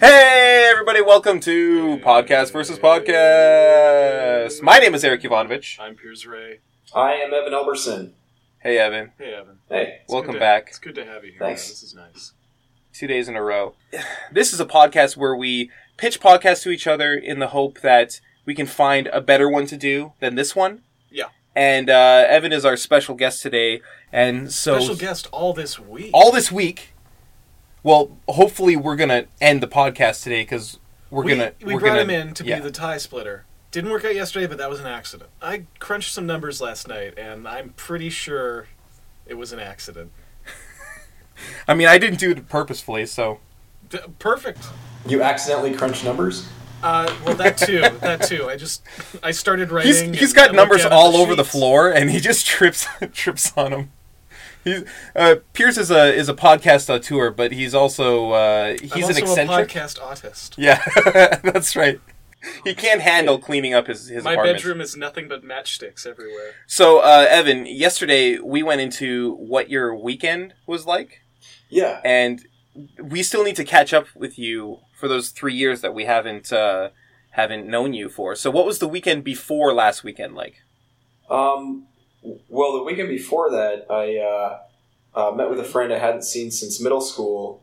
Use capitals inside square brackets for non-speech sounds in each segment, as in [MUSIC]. Hey, everybody, welcome to Podcast versus Podcast. My name is Eric Ivanovich. I'm Piers Ray. I am Evan Elberson. Hey, Evan. Hey, Evan. Hey, It's welcome good to- back. It's good to have you here. Thanks. This is nice. Two days in a row. This is a podcast where we pitch podcasts to each other in the hope that we can find a better one to do than this one. Yeah. And uh, Evan is our special guest today. And so, Special guest all this week. all this week, well, hopefully, we're going to end the podcast today because we're we, going to. We are brought gonna, him in to yeah. be the tie splitter. Didn't work out yesterday, but that was an accident. I crunched some numbers last night, and I'm pretty sure it was an accident. I mean, I didn't do it purposefully, so. D- perfect. you accidentally crunch numbers? Uh, well, [LAUGHS] that too. that too. I just I started writing. he's, and he's got I looked numbers down at all over the sheets. floor, and he just [LAUGHS] trips trips on them. He's, uh, Pierce is a is a podcast auteur, but he's also uh, he's I'm an also eccentric. a podcast autist. [LAUGHS] yeah, [LAUGHS] that's right. He can't handle cleaning up his his My apartment. bedroom is nothing but matchsticks everywhere. So, uh, Evan, yesterday we went into what your weekend was like, Yeah. and we still need to catch up with you for those three years that we haven't uh, haven't known you for. So, what was the weekend before last weekend like? Um, w- well, the weekend before that, I uh, uh, met with a friend I hadn't seen since middle school.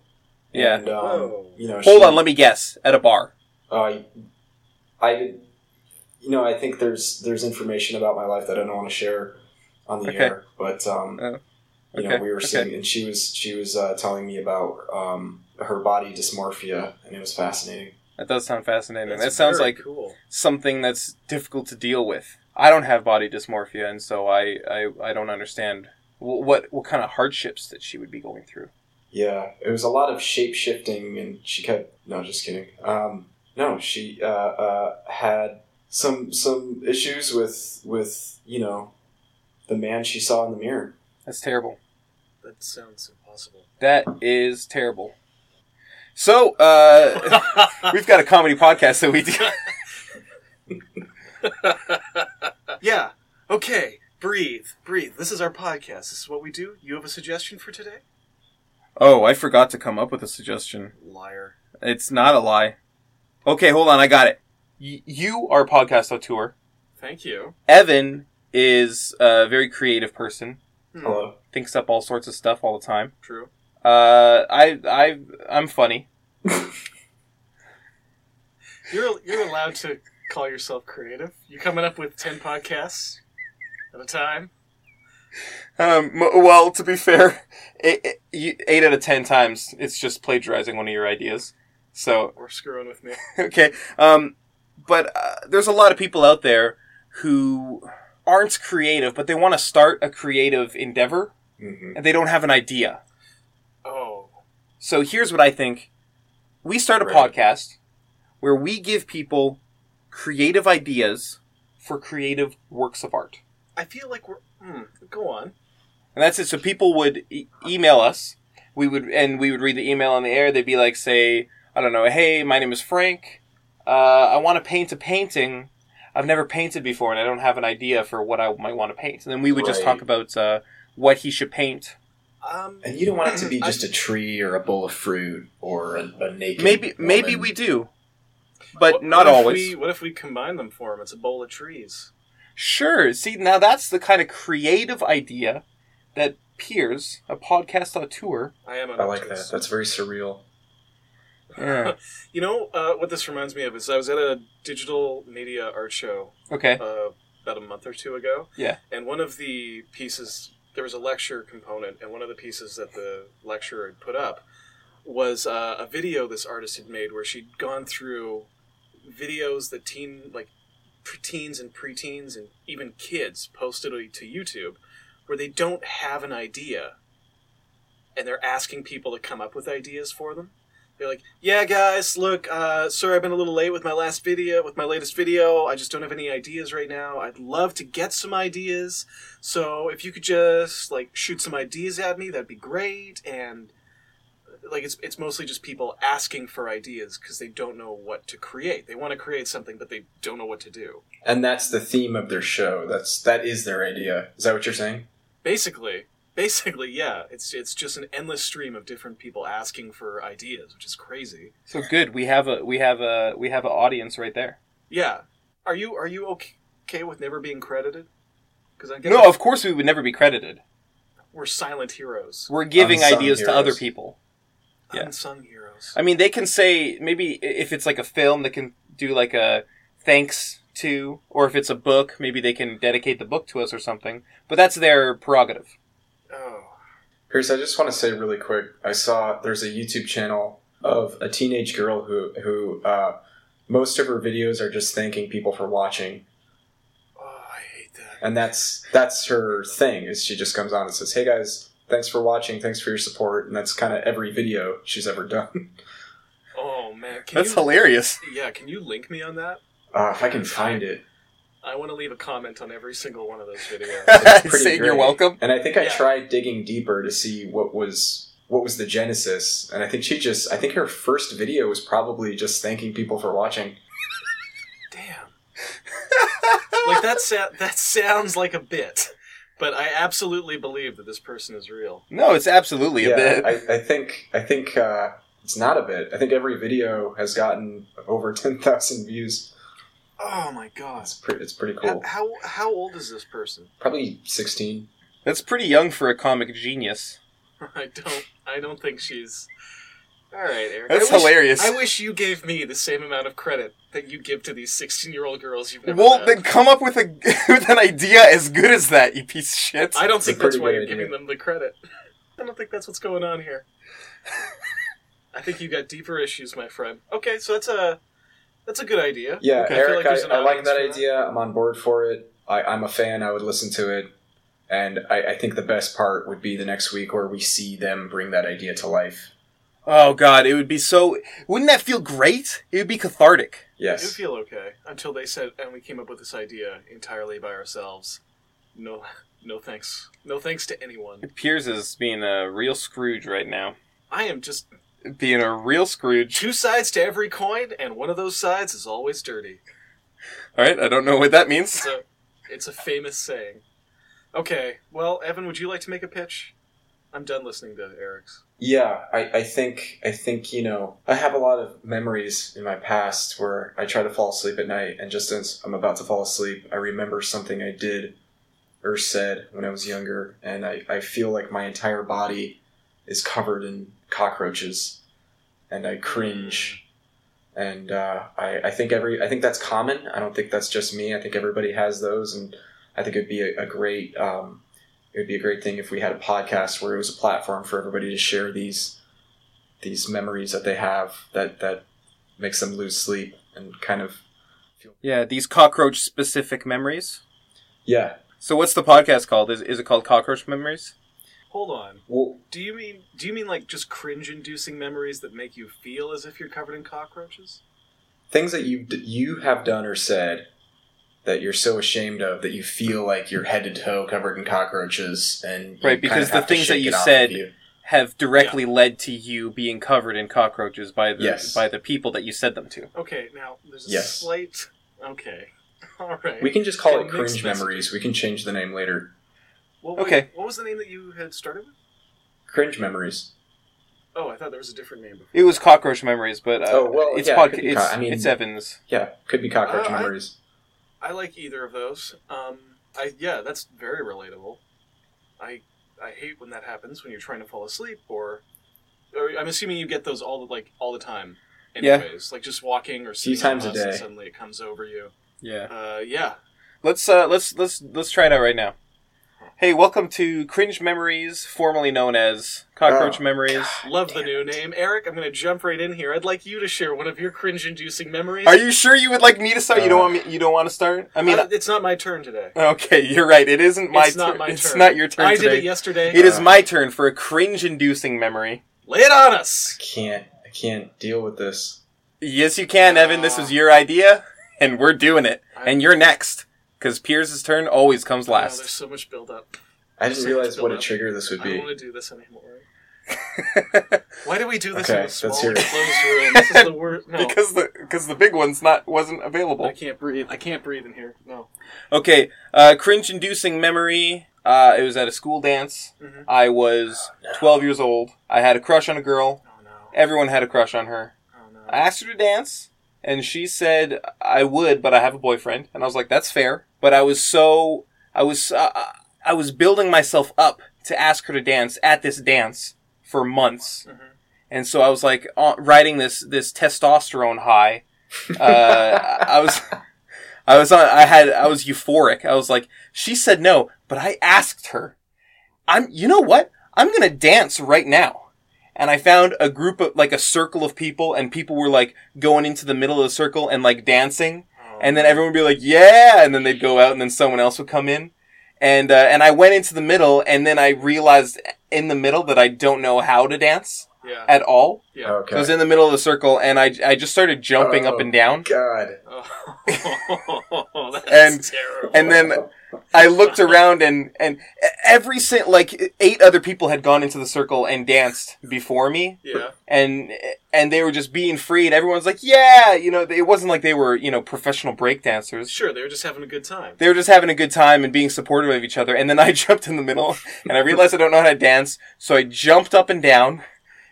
Yeah. And, um, Whoa. you know, Hold on, let me guess. At a bar. Uh, I did. You know, I think there's there's information about my life that I don't want to share on the Okay. air, but um, Oh. you know, Okay, we were okay. seeing, and she was she was uh, telling me about um, her body dysmorphia, and it was fascinating. That does sound fascinating. That's that sounds very like cool. something that's difficult to deal with. I don't have body dysmorphia, and so I, I, I don't understand wh- what what kind of hardships that she would be going through. Yeah, it was a lot of shape shifting, and she kept. No, just kidding. Um, no, she uh, uh, had some some issues with with you know the man she saw in the mirror. That's terrible. That sounds impossible. [LAUGHS] [LAUGHS] That is terrible. So uh, [LAUGHS] we've got a comedy podcast that we do. [LAUGHS] yeah. Okay. Breathe. Breathe. This is our podcast. This is what we do. You have a suggestion for today? Oh, I forgot to come up with a suggestion. Liar. It's not a lie. Okay, hold on. I got it. Y- you are a podcast auteur. Thank you. Evan is a very creative person. Hmm, Hello. Thinks up all sorts of stuff all the time. True. Uh, I I I'm funny. You're you're allowed to call yourself creative. You're coming up with ten podcasts at a time. Um, m- well, to be fair, [LAUGHS] eight, eight, eight out of ten times it's just plagiarizing one of your ideas. So [LAUGHS] Or screwing with me. okay, um, but uh, there's a lot of people out there who aren't creative, but they want to start a creative endeavor Mm-hmm. and they don't have an idea. Oh. So here's what I think: we start a Right. podcast where we give people creative ideas for creative works of art. I feel like we're. Hmm, go on. And that's it. So people would e- email us. We would, and we would read the email on the air. They'd be like, say, I don't know, hey, my name is Frank. Uh, I want to paint a painting. I've never painted before, and I don't have an idea for what I might want to paint. And then we would just Right. talk about uh, what he should paint. Um. And you don't want it to be Hmm. I- just a tree or a bowl of fruit or a, a naked. Maybe, woman. maybe we do, but what- not what if always. we- what if we combine them for him? It's a bowl of trees. Sure. See, now that's the kind of creative idea that Piers, a podcast auteur, I am. I like that. That's very surreal. You know uh, what this reminds me of is I was at a digital media art show okay, uh, about a month or two ago. Yeah. And one of the pieces there was a lecture component, and one of the pieces that the lecturer had put up was uh, a video this artist had made where she'd gone through videos that teen like teens and preteens and even kids posted to YouTube where they don't have an idea and they're asking people to come up with ideas for them. They're like, "Yeah, guys, look, uh, sorry I've been a little late with my last video, with my latest video. I just don't have any ideas right now. I'd love to get some ideas. So if you could just like shoot some ideas at me, that'd be great." And like it's it's mostly just people asking for ideas because they don't know what to create. They want to create something, but they don't know what to do. And that's the theme of their show. That's that is their idea. Is that what you're saying? Basically, [LAUGHS] Basically, yeah, it's it's just an endless stream of different people asking for ideas, which is crazy. So good. We have a we have a we have an audience right there. Yeah, are you are you okay, okay with never being credited? Because I guess No, of course we would never be credited. we're silent heroes, We're giving Unsung ideas to heroes. other people. yeah. unsung heroes. I mean, they can say maybe i- if it's like a film, they can do like a thanks to, or if it's a book, maybe they can dedicate the book to us or something. But that's their prerogative. oh, Pierce, I just want to say really quick. I saw there's a YouTube channel of a teenage girl who who uh, most of her videos are just thanking people for watching, oh, I hate that. and that's that's her thing. Is she just comes on and says, "Hey guys, thanks for watching, thanks for your support," and that's kind of every video she's ever done. [LAUGHS] Oh man, can That's you, hilarious. Yeah, can you link me on that? Uh, if I can find it, I want to leave a comment on every single one of those videos. [LAUGHS] It's pretty Saying you're great. welcome. and I think I Yeah. tried digging deeper to see what was what was the genesis, and I think she just I think her first video was probably just thanking people for watching. Damn. like that sa- that sounds like a bit, but I absolutely believe that this person is real. No, it's absolutely a bit. I, I think I think uh, it's not a bit. I think every video has gotten over [LAUGHS] ten thousand views. Oh my god. It's pretty. It's pretty How, cool. how how old is this person? Probably sixteen. That's pretty young for a comic genius. [LAUGHS] I don't I don't think she's All right, Eric. That's I wish, hilarious. I wish you gave me the same amount of credit that you give to these 16-year-old girls you've never Well, met. then come up with a [LAUGHS] with an idea as good as that, you piece of shit. I don't It's a think that's pretty why good you're idea. giving them the credit. [LAUGHS] I don't think that's what's going on [LAUGHS] here. I think you got deeper issues, my friend. Okay, so that's a that's a good idea. Yeah, Okay. I feel Eric, like I there's an I, like audience that for that. idea. I'm on board for it. I, I'm a fan. I would listen to it. And I, I think the best part would be the next week where we see them bring that idea to life. Oh god, it would be so. Wouldn't that feel great? It would be cathartic. It would Yes. feel okay until they said, and we came up with this idea entirely by ourselves. No, no thanks. No thanks to anyone. Piers is being a real Scrooge right now. I am just Being a real Scrooge. two sides to every coin, and one of those sides is always dirty. All right, I don't know what that means. So it's a famous saying. Okay, well, Evan, would you like to make a pitch? I'm done listening to Eric's. Yeah, I, I think I think you know I have a lot of memories in my past where I try to fall asleep at night, and just as I'm about to fall asleep, I remember something I did or said when I was younger, and I, I feel like my entire body is covered in cockroaches, and I cringe, and uh, I I think every I think that's common. I don't think that's just me. I think everybody has those, and I think it'd be a, a great um, it would be a great thing if we had a podcast where it was a platform for everybody to share these these memories that they have that that makes them lose sleep and kind of Yeah, these cockroach specific memories. yeah So what's the podcast called? Is is it called Cockroach Memories? Hold on. well Do you mean do you mean like just cringe-inducing memories that make you feel as if you're covered in cockroaches? things that you d- you have done or said that you're so ashamed of that you feel like you're head to toe covered in cockroaches and you Right, because kind of the have to things that shake you it off of said- you. Have directly led to you being covered in cockroaches by the Yes. by the people that you said them to. Okay, now there's a Yes. slight. Okay, [LAUGHS] all right. we can just call Okay, it mixed cringe messages. memories we can change the name later What, Okay. What was the name that you had started with? cringe memories Oh, I thought there was a different name. before. It was Cockroach Memories, but uh, Oh, well, it's yeah, it podca- could be it's, co- I mean- it's Evans. yeah could be cockroach Uh, I- memories I like either of those. Um, I yeah, that's very relatable. I I hate when that happens when you're trying to fall asleep, or, or I'm assuming you get those all the, like all the time. Yeah. Anyways, like just walking or sitting on times a bus and day. suddenly it comes over you. Yeah. Uh, yeah, Let's uh let's let's let's try it out right now. Hey, welcome to Cringe Memories, formerly known as Cockroach Oh. Memories. Love the new name. Eric, I'm going to jump right in here. I'd like you to share one of your cringe inducing memories. Are you sure you would like me to start? you Uh, don't want me, you don't want to start? I mean, Uh, it's not my turn today. okay, you're right. It isn't my it's turn. not my it's turn. not your turn I today. did it yesterday. It is my turn for a cringe-inducing memory. Lay it on us. can't i can't deal with this Yes, you can, Evan. This was your idea, and we're doing it. And you're next, because Pierce's turn always comes Oh, there's [LAUGHS] last. so much build up. I didn't Just realize what a build up. trigger this would I don't be. want to do this anymore. Why do we do this Okay, in a that's small your- closed room? This is the [LAUGHS] worst. No, Because the because the big one's not wasn't available. I can't breathe. I can't breathe in here. No. Okay, uh, cringe-inducing memory. Uh, it was at a school dance. Mhm. I was 12 years old. I had a crush on a girl. Oh no. Everyone had a crush on her. Oh no. I asked her to dance, and she said I would, but I have a boyfriend. And I was like, that's fair. But I was so I was uh, I was building myself up to ask her to dance at this dance for months, Mhm. and so I was like uh, riding this this testosterone high. Uh, I I was. I was on, I had I was euphoric. I was like, she said no, but I asked her. I'm you know what? I'm gonna dance right now. And I found a group of like a circle of people and people were like going into the middle of the circle and like dancing Oh, and then everyone would be like, "Yeah," and then they'd go out, and then someone else would come in, and uh, and I went into the middle, and then I realized in the middle that I don't know how to dance yeah. at all. yeah. Okay. I was in the middle of the circle, and I I just started jumping up Oh. and down, God. Oh, [LAUGHS] that's And- terrible. and then I looked around, and and every sin- like eight other people had gone into the circle and danced before me, yeah, and and they were just being free, and everyone's like, "Yeah," you know, it wasn't like they were you know professional breakdancers. sure. They were just having a good time. they were just having a good time and being supportive of each other. And then I [LAUGHS] jumped in the middle and I realized I don't know how to dance. So I jumped up and down.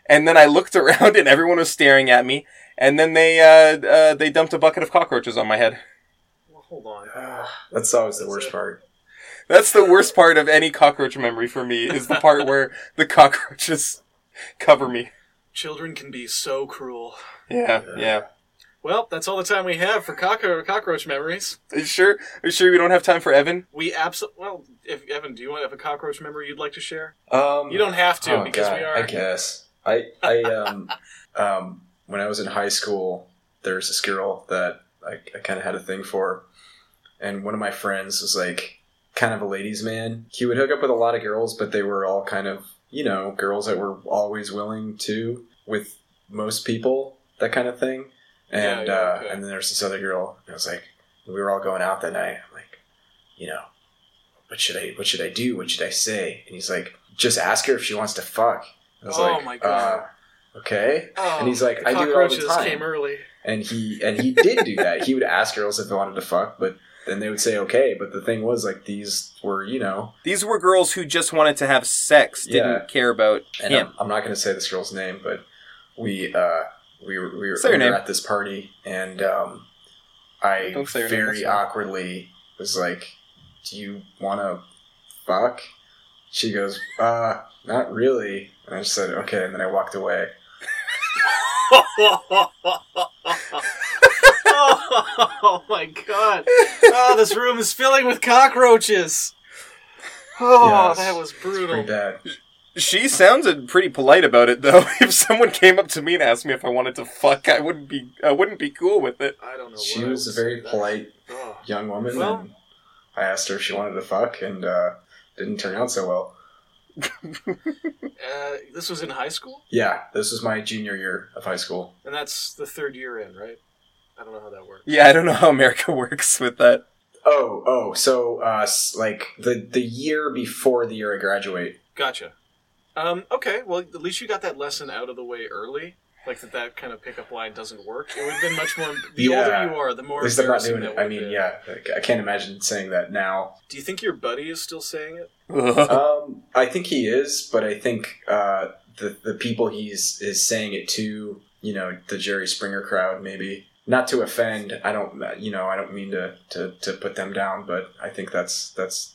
And then I looked [LAUGHS] around and everyone was staring at me. And then they, uh, uh, they dumped a bucket of cockroaches on my head. [LAUGHS] Well, hold on. [SIGHS] That's always the worst part. That's the worst part of any cockroach memory for me is the part where the cockroaches [LAUGHS] cover me. Children can be so cruel. Yeah, yeah. Well, that's all the time we have for cockro- cockroach memories. Are you sure? Are you sure we don't have time for Evan? We absolutely. Well, if Evan, do you want to have a cockroach memory you'd like to share? Um, You don't have to oh, because God, we are. I guess. I I um [LAUGHS] um when I was in high school, there was this girl that I, I kind of had a thing for, and one of my friends was like kind of a ladies' man. He would hook up with a lot of girls, but they were all kind of you know girls that were always willing to with most people that kind of thing. Yeah, And yeah, uh, okay. and then there's this other girl. And I was like, we were all going out that night. I'm like, you know, what should I what should I do? What should I say? And he's like, just ask her if she wants to fuck. I was Oh like, my God. Uh, okay. Oh, And he's like, the "I do it all the cockroaches time." came early. And he and he did do that. He would ask girls if they wanted to fuck, but then they would say okay. But the thing was, like, these were you know, These were girls who just wanted to have sex, didn't Yeah. care about and him. I'm, I'm not going to say this girl's name, but we uh, we were, we were, Say her we were name. at this party, and um, I Don't say her name, very that's fine. awkwardly was like, "Do you want to fuck?" She goes, "Uh, not really." And I just said, "Okay," and then I walked away. oh my god! Oh, this room is filling with cockroaches. Oh, Yes. that was brutal. Pretty bad. She sounded pretty polite about it, though. [LAUGHS] If someone came up to me and asked me if I wanted to fuck, I wouldn't be I wouldn't be cool with it. I don't know. She what I was a would very say to that. polite Oh. young woman, Well- and I asked her if she wanted to fuck, and uh, didn't turn out so well. Uh, this was in high school, Yeah, this was my junior year of high school. and that's the third year in, right? I don't know how that works. Yeah, I don't know how America [LAUGHS] works with that. Oh, oh, so uh, s- like the the year before the year I graduate. Gotcha. Um, okay, well, at least you got that lesson out of the way early. Like that, that kind of pickup line doesn't work. It would have been much more. The Yeah. older you are, the more. At least I'm not embarrassing doing that it. would I have mean, been. yeah, like, I can't imagine saying that now. Do you think your buddy is still saying it? Ugh. Um, I think he is, but I think uh, the the people he's is saying it to, you know, the Jerry Springer crowd, maybe not to offend. I don't, uh, you know, I don't mean to to, to put them down, but I think that's that's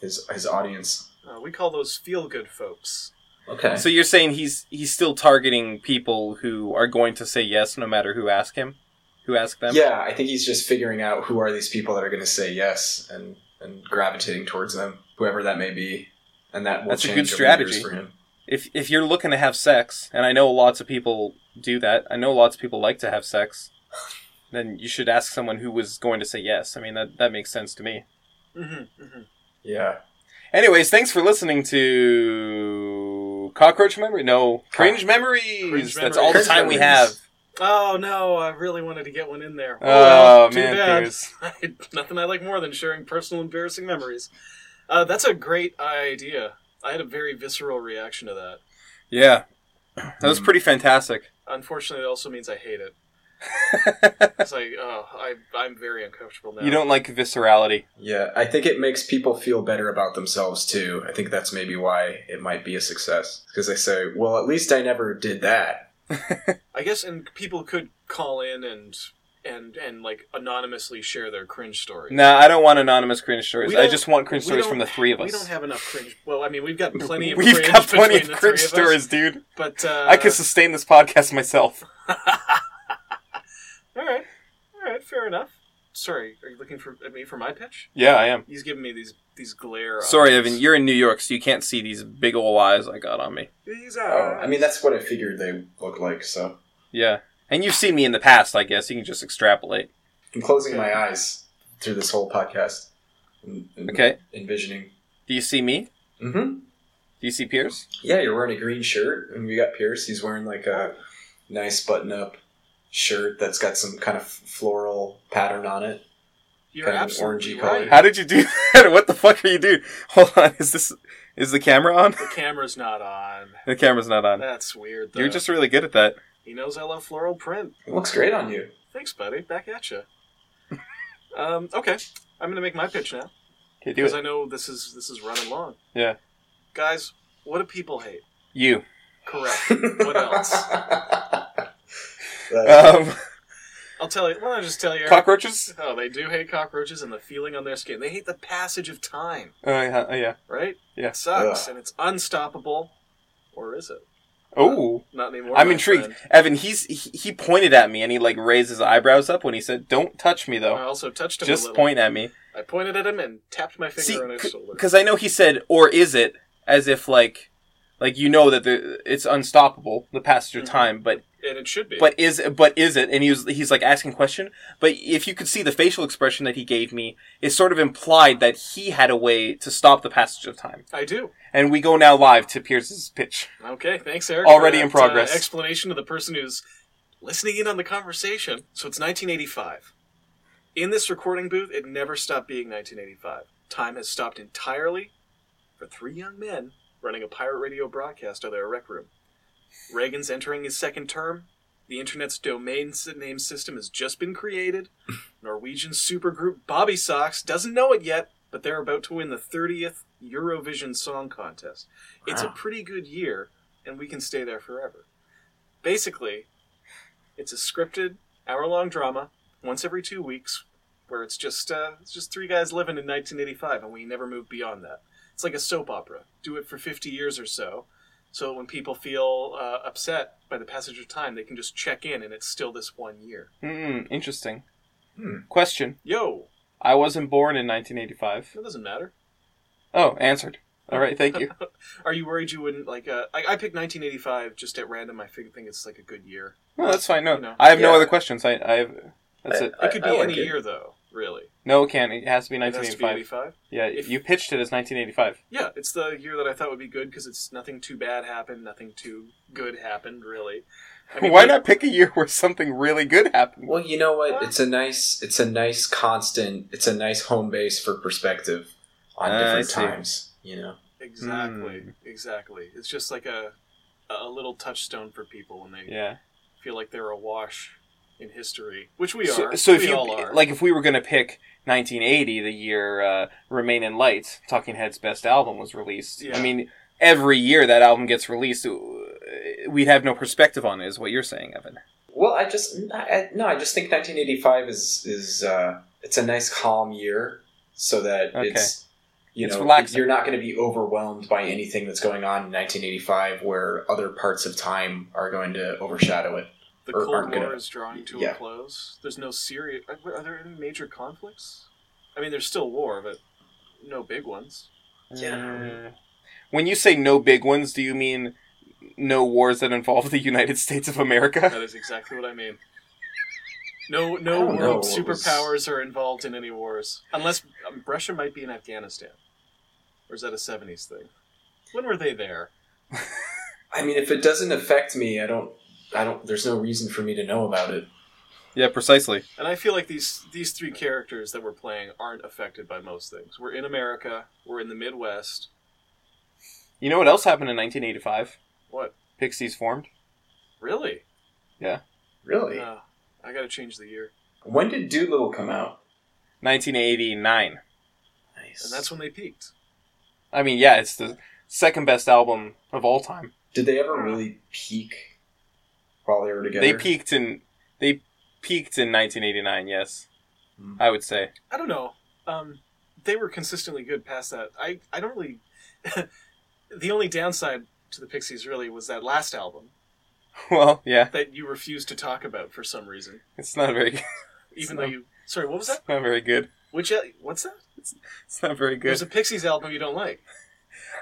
his his audience. Uh, we call those feel good folks. Okay. so you're saying he's he's still targeting people who are going to say yes no matter who ask him, who ask them. Yeah, I think he's just figuring out who are these people that are going to say yes and and gravitating towards them, whoever that may be, and that will That's a change good over the strategy. years for him. If if you're looking to have sex, and I know lots of people do that. I know lots of people like to have sex. Then you should ask someone who was going to say yes. I mean that that makes sense to me. Mm-hmm, mm-hmm. Yeah, Anyways, thanks for listening to Cockroach Memory. No, Cringe Memories. Cringe That's all the Memories. time we Cringe have. Memories. Oh no, I really wanted to get one in there. Oh, well, too man, bad. Piers. Nothing [LAUGHS] I like more than sharing personal embarrassing memories. Uh, that's a great idea. I had a very visceral reaction to that. Yeah, that was pretty fantastic. Unfortunately, it also means I [LAUGHS] hate it. It's like, oh, I, I'm very uncomfortable now. You don't like viscerality. Yeah, I think it makes people feel better about themselves too. I think that's maybe why it might be a success because they say, "Well, at least I never did that." I guess, and people could call in and and and like anonymously share their cringe story. Nah, I don't want anonymous cringe stories. We I don't- just want We cringe stories don't- from the three of us. We don't have enough cringe. Well, I mean, we've got plenty [LAUGHS] of We've cringe got plenty of between the cringe three of stories, us, dude. but uh, I could sustain this podcast myself. all right, all right, fair enough. Sorry, are you looking for at me for my pitch? Yeah, I am. He's giving me these these glare. Sorry, eyes. Evan. You're in New York, so you can't see these big ol' eyes I got on me. These Oh, eyes. I mean, that's what I figured they look like. So Yeah, and you've seen me in the past. I guess you can just extrapolate. I'm closing my eyes through this whole podcast. and- and Okay. Envisioning. Do you see me? Mm-hmm. Do you see Pierce? Yeah, you're wearing a green shirt, and we got Pierce. He's wearing like a nice button-up shirt that's got some kind of floral pattern on it. you're kind of an absolutely orangey right. color. How did you do that? [LAUGHS] What the fuck are you doing? Hold on. Is this is the camera on? [LAUGHS] The camera's not on. The camera's not on. That's weird. Though. You're just really good at that. He knows I love floral print. It looks great on you. Thanks, buddy. Back [LAUGHS] at you. um, okay, I'm gonna make my pitch now Okay, do because I it. know this is this is running long. Yeah. Guys, what do people hate? You. Correct. What else? [LAUGHS] That- [LAUGHS] Um, I'll tell you. Well, I'll just tell you. cockroaches. Oh, they do hate cockroaches and the feeling on their skin. They hate the passage of time, Oh yeah. Oh yeah. right? Yeah. It sucks, Ugh. and it's unstoppable. Or is it? Oh. Not anymore. I'm my intrigued. friend. Evan, he's he, he pointed at me and he like raised his eyebrows up when he said, "Don't touch me I though. also touched him a Just little. point at me." I pointed at him and tapped my finger See, on his shoulder. because I know he said, "Or is it?" As if like like you know that the, it's unstoppable the passage of Mhm. time, but and it should be. but is but is it? And he was he's like asking question. But if you could see the facial expression that he gave me, it sort of implied that he had a way to stop the passage of time. I do. And we go now live to Pierce's pitch. Okay, thanks, Eric. Already for in that, uh, progress. explanation to the person who's listening in on the conversation. So it's 1985. In this recording booth, it never stopped being 1985. Time has stopped entirely for three young men running a pirate radio broadcast out of their rec room. Reagan's entering his second term. The internet's domain s- name system has just been created. Norwegian supergroup Bobby Sox doesn't know it yet, but they're about to win the 30th Eurovision Song Contest. It's a Wow. pretty good year, and we can stay there forever. Basically, it's a scripted hour-long drama once every two weeks, where it's just uh, it's just three guys living in 1985, and we never move beyond that. It's like a soap opera. Do it for 50 years or so, so when people feel uh, upset by the passage of time, they can just check in, and it's still this one year. Hmm, interesting. Hmm. Question: Yo, I wasn't born in 1985. that doesn't matter. Oh, answered. All right, thank you. Are you worried you wouldn't like? Uh, I, I picked 1985 just at random. I think think it's like a good year. No, that's fine. No, You know. I have no Yeah. other questions. I, I have. That's it. I- It could be I like any it. year though, really. No, it can't. It has to be It has to be 1985. 85. Yeah, If- you pitched it as 1985. Yeah, it's the year that I thought would be good because it's nothing too bad happened, nothing too good happened, really. I mean, Why we- not pick a year where something really good happened? Well, you know what? It's a nice, it's a nice constant, it's a nice home base for perspective on Ah, I different see. times. You know, Exactly, Hmm. exactly. It's just like a a little touchstone for people when they Yeah. feel like they're awash in history, which we so, are. so if we you all are. like, if we were gonna pick 1980, the year uh, "Remain in Light," Talking Heads' best album was released. Yeah. I mean, every year that album gets released, uh, we'd have no perspective on it. Is what you're saying, Evan? well, I just, I, I- no, I just think 1985 is is uh, it's a nice calm year, so that Okay. it's you It's know relaxing. you're not going to be overwhelmed by anything that's going on in 1985, where other parts of time are going to overshadow it. the or Cold War aren't gonna- is drawing to a yeah. close. There's no serious. Are, are there any major conflicts? I mean, there's still war, but no big ones. Yeah. Uh, When you say no big ones, do you mean no wars that involve the United States of America? [LAUGHS] That is exactly what I mean. No, no I don't world know. It was- superpowers are involved in any wars, unless um, Russia might be in Afghanistan, or is that a '70s thing? When were they there? I mean, if it doesn't affect me, I don't, I don't. There's no reason for me to know about it. Yeah, precisely. And I feel like these these three characters that we're playing aren't affected by most things. We're in America. We're in the Midwest. You know what else happened in 1985? What? Pixies formed. Really? Really? No. I gotta change the year. When did Doolittle come out? 1989. Nice. And that's when they peaked. I mean, yeah, it's the second best album of all time. Did they ever really peak while they were together? They peaked in they peaked in 1989. Yes, Hmm. I would say. [LAUGHS] I don't know. Um, they were consistently good past that. I, I don't really. [LAUGHS] the only downside to the Pixies really was that last album Well, yeah, that you refused to talk about for some reason, it's not very good. even So- though you. Sorry, what was that? It's [LAUGHS] not very good. Which al- what's that? It's not very good. There's a Pixies album you don't like.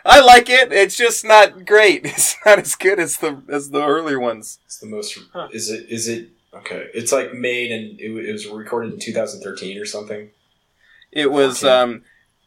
I like it. It's just not great. [LAUGHS] It's not as good as the as the earlier ones. It's the most. Huh. Is it? Is it? Okay. It's like made and it, wa- it was recorded in 2013 or something. It was Okay. um,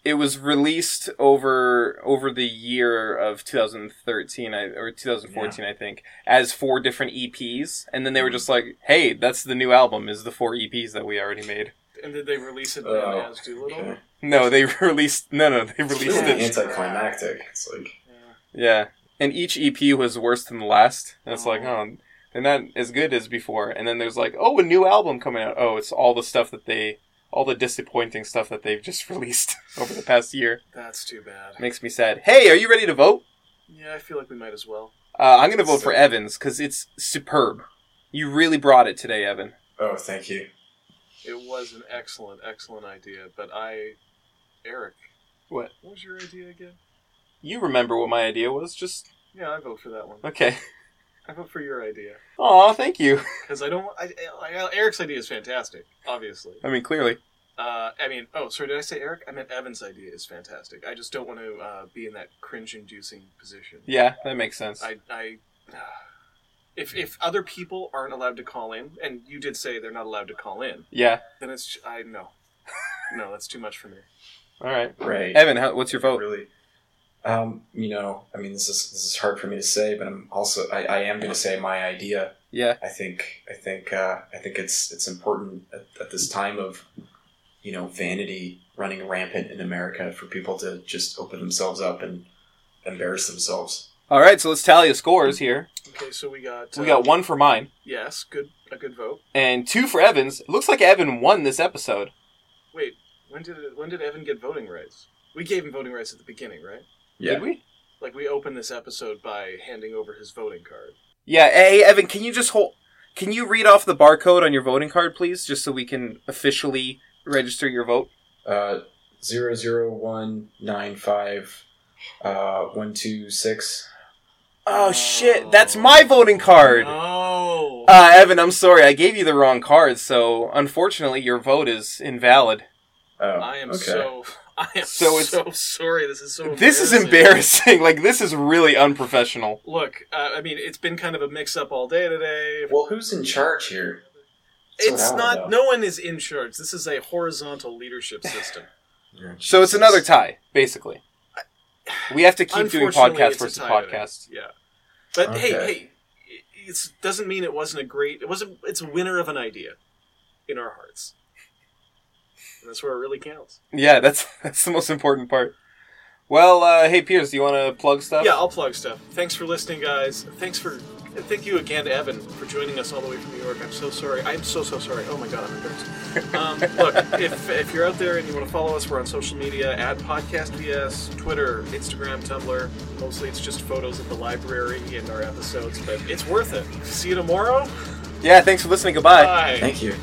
it was released over over the year of 2013 I, or 2014, I think, as four different EPs, and then they Hmm. were just like, "Hey, that's the new album. Is the four EPs that we already made." And did they release it then Oh, as Doolittle? Okay. No, they [LAUGHS] released. No, no, they It's released really it. anticlimactic. It's like Yeah. Yeah, and each EP was worse than the last. And it's like, Oh. oh, they're not as good as before. And then there's like, oh, a new album coming out. Oh, it's all the stuff that they, all the disappointing stuff that they've just [LAUGHS] released over the past year. That's too bad. Makes me sad. Hey, are you ready to vote? Yeah, I feel like we might as well. Uh, I'm gonna vote for So- Evans because it's superb. You really brought it today, Evan. oh, thank you. It was an excellent, excellent idea, but I, Eric. What? What was your idea again? You remember what my idea was? Just Yeah, I vote for that one. okay. [LAUGHS] I vote for your idea Aw, thank you. because I don't. I, I, Eric's idea is fantastic, obviously. I mean, clearly. Uh, I mean, oh, sorry, did I say Eric? I meant Evan's idea is fantastic. I just don't want to uh, be in that cringe-inducing position. Yeah, that makes sense. I, I, [SIGHS] if if other people aren't allowed to call in, and you did say they're not allowed to call in, Yeah. then it's I no, [LAUGHS] no, that's too much for me. All right. Right. Evan, how, what's your vote? Really. Um, you know, I mean, this is this is hard for me to say, but I'm also I, I am going to say my idea. Yeah. I think I think uh, I think it's it's important at, at this time of you know vanity running rampant in America for people to just open themselves up and embarrass themselves. All right. So let's tally the scores here. Okay, so we got We uh, got one for mine. Yes, good a good vote. and two for Evans. It looks like Evan won this episode. Wait, when did when did Evan get voting rights? We gave him voting rights at the beginning, right? Did we? Like we opened this episode by handing over his voting card. Yeah. Hey, Evan, can you just hold? Can you read off the barcode on your voting card, please, just so we can officially register your vote? Uh, zero zero one nine five uh, one two six. Oh shit! That's my voting card. Oh. Uh, Evan, I'm sorry. I gave you the wrong card, so unfortunately, your vote is invalid. Oh, I am okay. so [LAUGHS] I am So so, it's- sorry. This is so This is embarrassing. [LAUGHS] Like this is really unprofessional. Look, uh, I mean, it's been kind of a mix-up all day today. Well, who's in charge here? That's what It's I wanna not. know. No one is in charge. This is a [LAUGHS] horizontal leadership system. So it's Jesus. another tie, basically. We have to keep doing Unfortunately, podcast it's a versus tie today. podcast. Yeah, but hey, Okay. hey, it doesn't mean it wasn't a great. It wasn't. It's a winner of an idea in our hearts, and that's where it really counts. Yeah, that's [LAUGHS] that's the most important part. Well, uh, hey Piers, do you want to plug stuff? Yeah, I'll plug stuff. Thanks for listening, guys. Thanks for. Thank you again to Evan for joining us all the way from New York. I'm so sorry. I'm so so sorry. Oh my god, I'm embarrassed. Um, look, if if you're out there and you want to follow us, we're on social media at Podcast VS, Twitter, Instagram, Tumblr. Mostly, it's just photos of the library and our episodes, but it's worth it. See you tomorrow. Yeah, thanks for listening. Goodbye. Bye. Thank you.